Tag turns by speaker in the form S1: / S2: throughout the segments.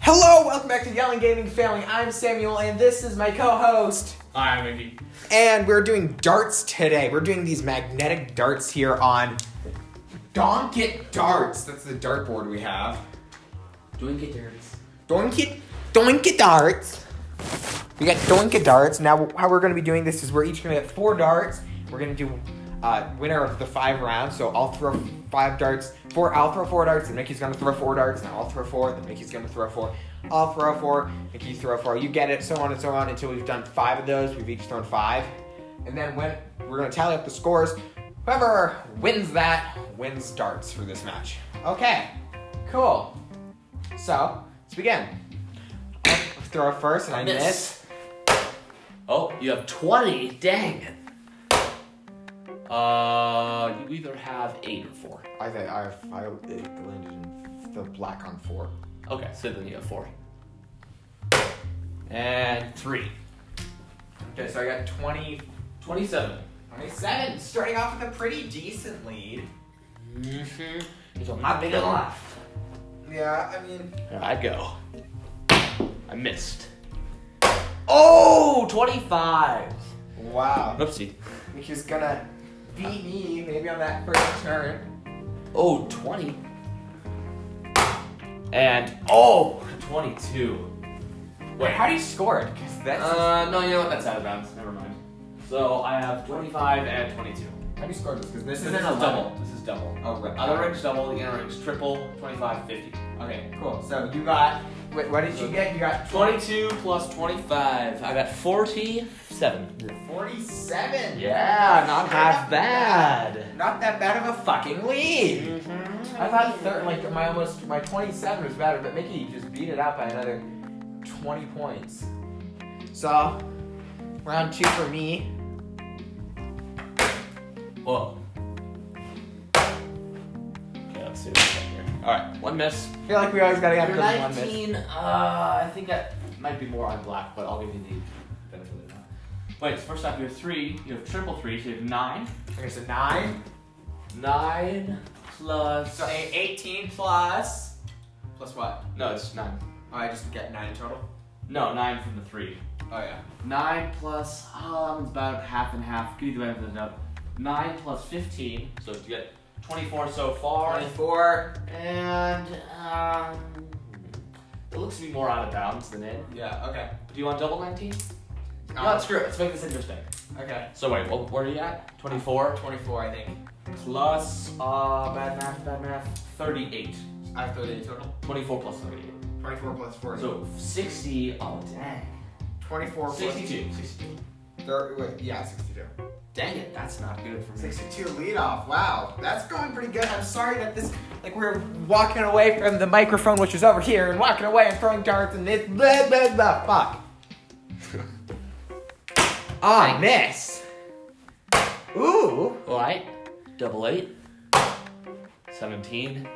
S1: Hello, welcome back to Yelling Gaming Family. I'm Samuel, and this is my co-host.
S2: Hi, I'm Iggy.
S1: And we're doing darts today. We're doing these magnetic darts here on Donkit Darts. That's the dartboard we have.
S3: Doing good dirts.
S1: Donkit, Donkit Darts. We got Donkit Darts. Now, how we're going to be doing this is we're each going to get four darts. We're going to do uh, winner of the five rounds. So I'll throw five darts. Four, I'll throw four darts, and Mickey's gonna throw four darts, and I'll throw four, then Mickey's gonna throw four. I'll throw four, Mickey throw four. You get it, so on and so on until we've done five of those. We've each thrown five, and then when we're gonna tally up the scores, whoever wins that wins darts for this match. Okay, cool. So let's begin. I'll throw first, and I
S3: Miss.
S1: miss.
S3: Oh, you have 20. Dang. Uh, you either have eight or four.
S1: I think I I it landed in the black on four.
S3: Okay, so then you have four. And three.
S1: Okay, so I got twenty
S3: 27.
S1: 27, starting off with a pretty decent lead.
S3: Mm-hmm. It's a lot bigger laugh.
S1: Yeah, I mean.
S3: I go. I missed. Oh, 25.
S1: Wow.
S3: Oopsie.
S1: Mickey's gonna beat me maybe on that first turn.
S3: Oh, 20. And oh, 22.
S1: Wait, how do you score it? Because that's.
S3: Uh, no, you know what? That's out of bounds. Never mind. So I have 25 and 22.
S1: how do you score this? Because this,
S3: This
S1: is
S3: is a double. This is double.
S1: Oh, right.
S3: Other range double, the inner range triple, 25, 50.
S1: Okay, cool. So you got. Wait, what did you get? You got
S3: 22 plus 25. I got 47.
S1: 47.
S3: Yeah, not half bad.
S1: Not that bad of a fucking lead. I thought thir- like my almost my 27 was better, but Mickey just beat it out by another 20 points. So round two for me.
S3: Whoa. Okay, let's see what's up here. Alright, one miss.
S1: I feel like we always gotta have
S3: You're
S1: good one miss.
S3: 19, uh, I think that might be more on black, but I'll give you the benefit of that. Wait, so first off, you have three, you have triple three, so you have nine.
S1: Okay, so nine.
S3: Nine plus.
S1: So a- 18 plus. Plus what?
S3: No, it's nine.
S1: Oh, I just get nine total.
S3: No, nine from the three.
S1: Oh yeah.
S3: Nine plus, oh, that one's about half and half. Give me the benefit of the doubt. Nine plus 15, so you get 24 so far.
S1: 24.
S3: And, um, it looks to be more out of bounds than in.
S1: Yeah. Okay.
S3: But do you want double 19?
S1: Uh,
S3: no, screw it. Let's make this interesting.
S1: Okay.
S3: So wait, what, where are you at? 24
S1: 24, I think.
S3: plus, uh, bad math, bad math, 38.
S1: I have 38 total.
S3: 24 plus 38.
S1: 24 plus 40.
S3: So 60, oh dang.
S1: 24 plus
S3: 62, 62.
S1: Thir- wait, yeah, 62.
S3: Dang it, that's not good for me.
S1: 62 leadoff. Wow, that's going pretty good. I'm sorry that this, like, we're walking away from the microphone, which is over here, and walking away and throwing darts, and it's blah blah blah. Fuck. Ah, miss. Ooh.
S3: Alright. Double eight. 17.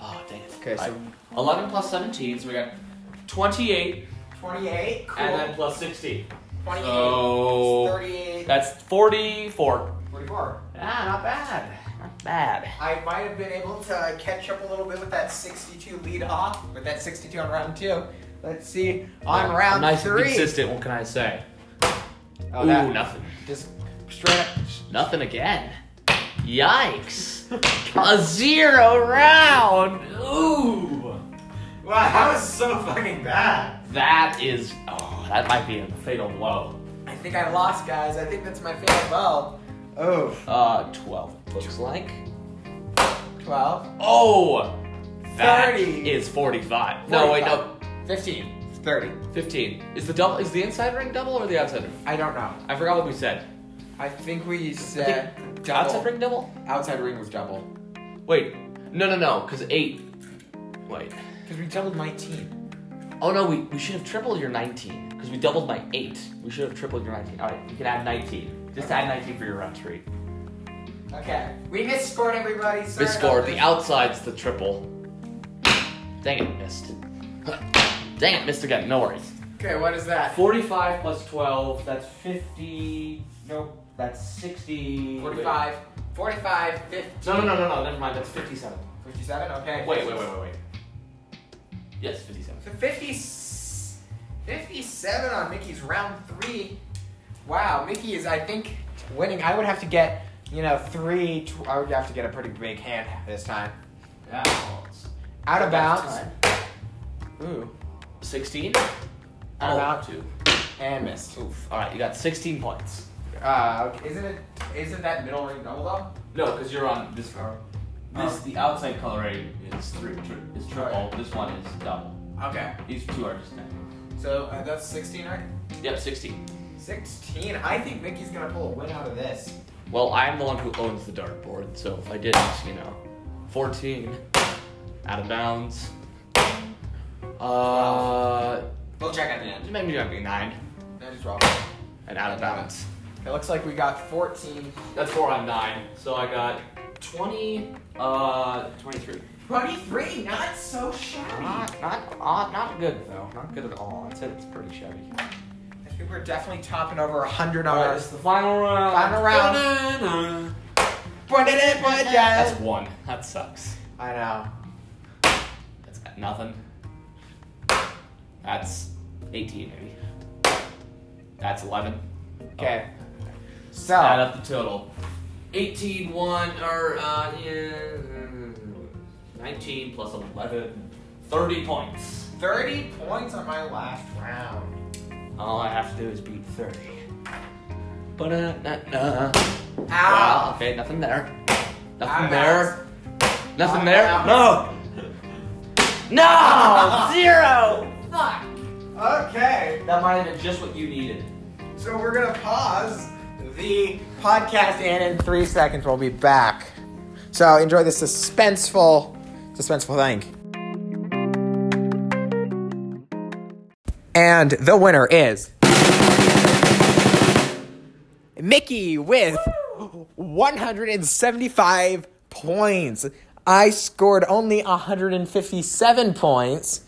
S3: Oh, dang it.
S1: Okay, so-
S3: Alright. 11 plus 17, so we got 28,
S1: 28. Cool.
S3: and then plus 60.
S1: 28.
S3: So-
S1: 38.
S3: That's 44.
S1: 44.
S3: Ah, not bad. Not bad.
S1: I might have been able to catch up a little bit with that 62 lead off, with that 62 on round two. Let's see on round
S3: nice
S1: three.
S3: and consistent, what can I say?
S1: Oh,
S3: Ooh,
S1: that-
S3: nothing.
S1: Just straight up.
S3: Nothing again. Yikes. A zero round. Ooh.
S1: Wow, that was so fucking bad.
S3: That is, oh, that might be a fatal blow.
S1: I think I lost, guys. I think that's my favorite bell. Oh.
S3: Uh, 12, it looks like.
S1: 12.
S3: Oh! that
S1: 30.
S3: is 45. No, wait, no.
S1: 15. 30.
S3: 15. Is the double is the inside ring double or the outside ring?
S1: I don't know.
S3: I forgot what we said.
S1: I think we said double.
S3: Outside ring double?
S1: Outside ring was double.
S3: Wait. No, no, no, cuz 8. Wait.
S1: Because we doubled my team.
S3: Oh no, we, we should have tripled your 19 cuz we doubled by 8. We should have tripled your 19. All right, you can add 19. Just add 19 for your round three.
S1: Okay. We misscored everybody. Sorry
S3: This score,
S1: about
S3: the
S1: this.
S3: outside's the triple. Dang it, missed. Dang it, missed again. No worries.
S1: Okay, what is that?
S3: 45 plus 12, that's 50. Nope, that's 60.
S1: 45. 45. 50.
S3: No, no, no, no, no, never mind, that's 57.
S1: 57. Okay.
S3: Wait, wait, wait, wait, wait. Yes, 57.
S1: So 50, 57 on Mickey's round three. Wow, Mickey is, I think, winning. I would have to get, you know, three. Tw- I would have to get a pretty big hand this time.
S3: Yeah. well, it's-
S1: Out of
S3: that's
S1: bounds.
S3: time.
S1: Ooh,
S3: 16.
S1: Out of bounds.
S3: two.
S1: and missed. Oof.
S3: Oh. All right, you got 16 points.
S1: Uh, okay, isn't it? Isn't that middle ring double though?
S3: No, because you're on this
S2: Oh.
S3: card. This the outside coloring is three tri- is triple.
S1: Alright.
S3: This one is double.
S1: Okay.
S3: These two are just kind
S1: So uh, that's 16, right?
S3: of. Yep, 16.
S1: 16. I think Mickey's gonna pull a win out of this.
S2: Well, I'm the one who owns the dartboard, so if I didn't, you know, 14, out of bounds. Uh,
S1: We'll check at the end.
S2: maybe that'd be nine,
S1: That is wrong.
S2: and out of bounds.
S1: It looks like we got 14.
S3: That's four on nine. So I got 20. Uh, 23.
S1: 23, not so shabby.
S2: Not, not, uh, not good though. Not good at all. I'd say it's pretty shabby.
S1: I think we're definitely topping over 100 on
S3: All right,
S1: our
S3: this is the final round.
S1: Final round.
S3: Da-da-da.
S1: I
S2: That's one. That sucks.
S1: know.
S2: That's nothing. That's 18 maybe. That's 11.
S1: Okay.
S2: Add
S1: So,
S2: up the total.
S3: 18, 1, or, uh, yeah, 19 plus 11. 30 points.
S1: 30 points on my last round.
S2: All I have to do is beat 30. Ba-da-na-na. Wow,
S1: Ow.
S2: okay, nothing there.
S1: Ow. Ah,
S2: Nothing there. Nothing
S1: Ow.
S2: there. No. No. Zero.
S3: Fuck.
S1: Okay.
S3: That might have been just what you needed.
S1: So we're going to pause the podcast and in three seconds we'll be back. So enjoy the suspenseful, suspenseful thing. And the winner is Mickey with 175 points. I scored only 157 points.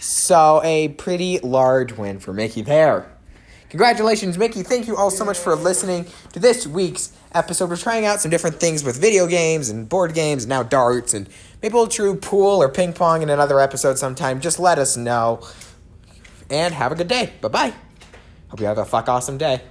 S1: So a pretty large win for Mickey there. Congratulations, Mickey. Thank you all so much for listening to this week's episode. We're trying out some different things with video games and board games, and now darts, and maybe we'll try pool or ping pong in another episode sometime. Just let us know. And have a good day. Bye bye. Hope you have a fuck awesome day.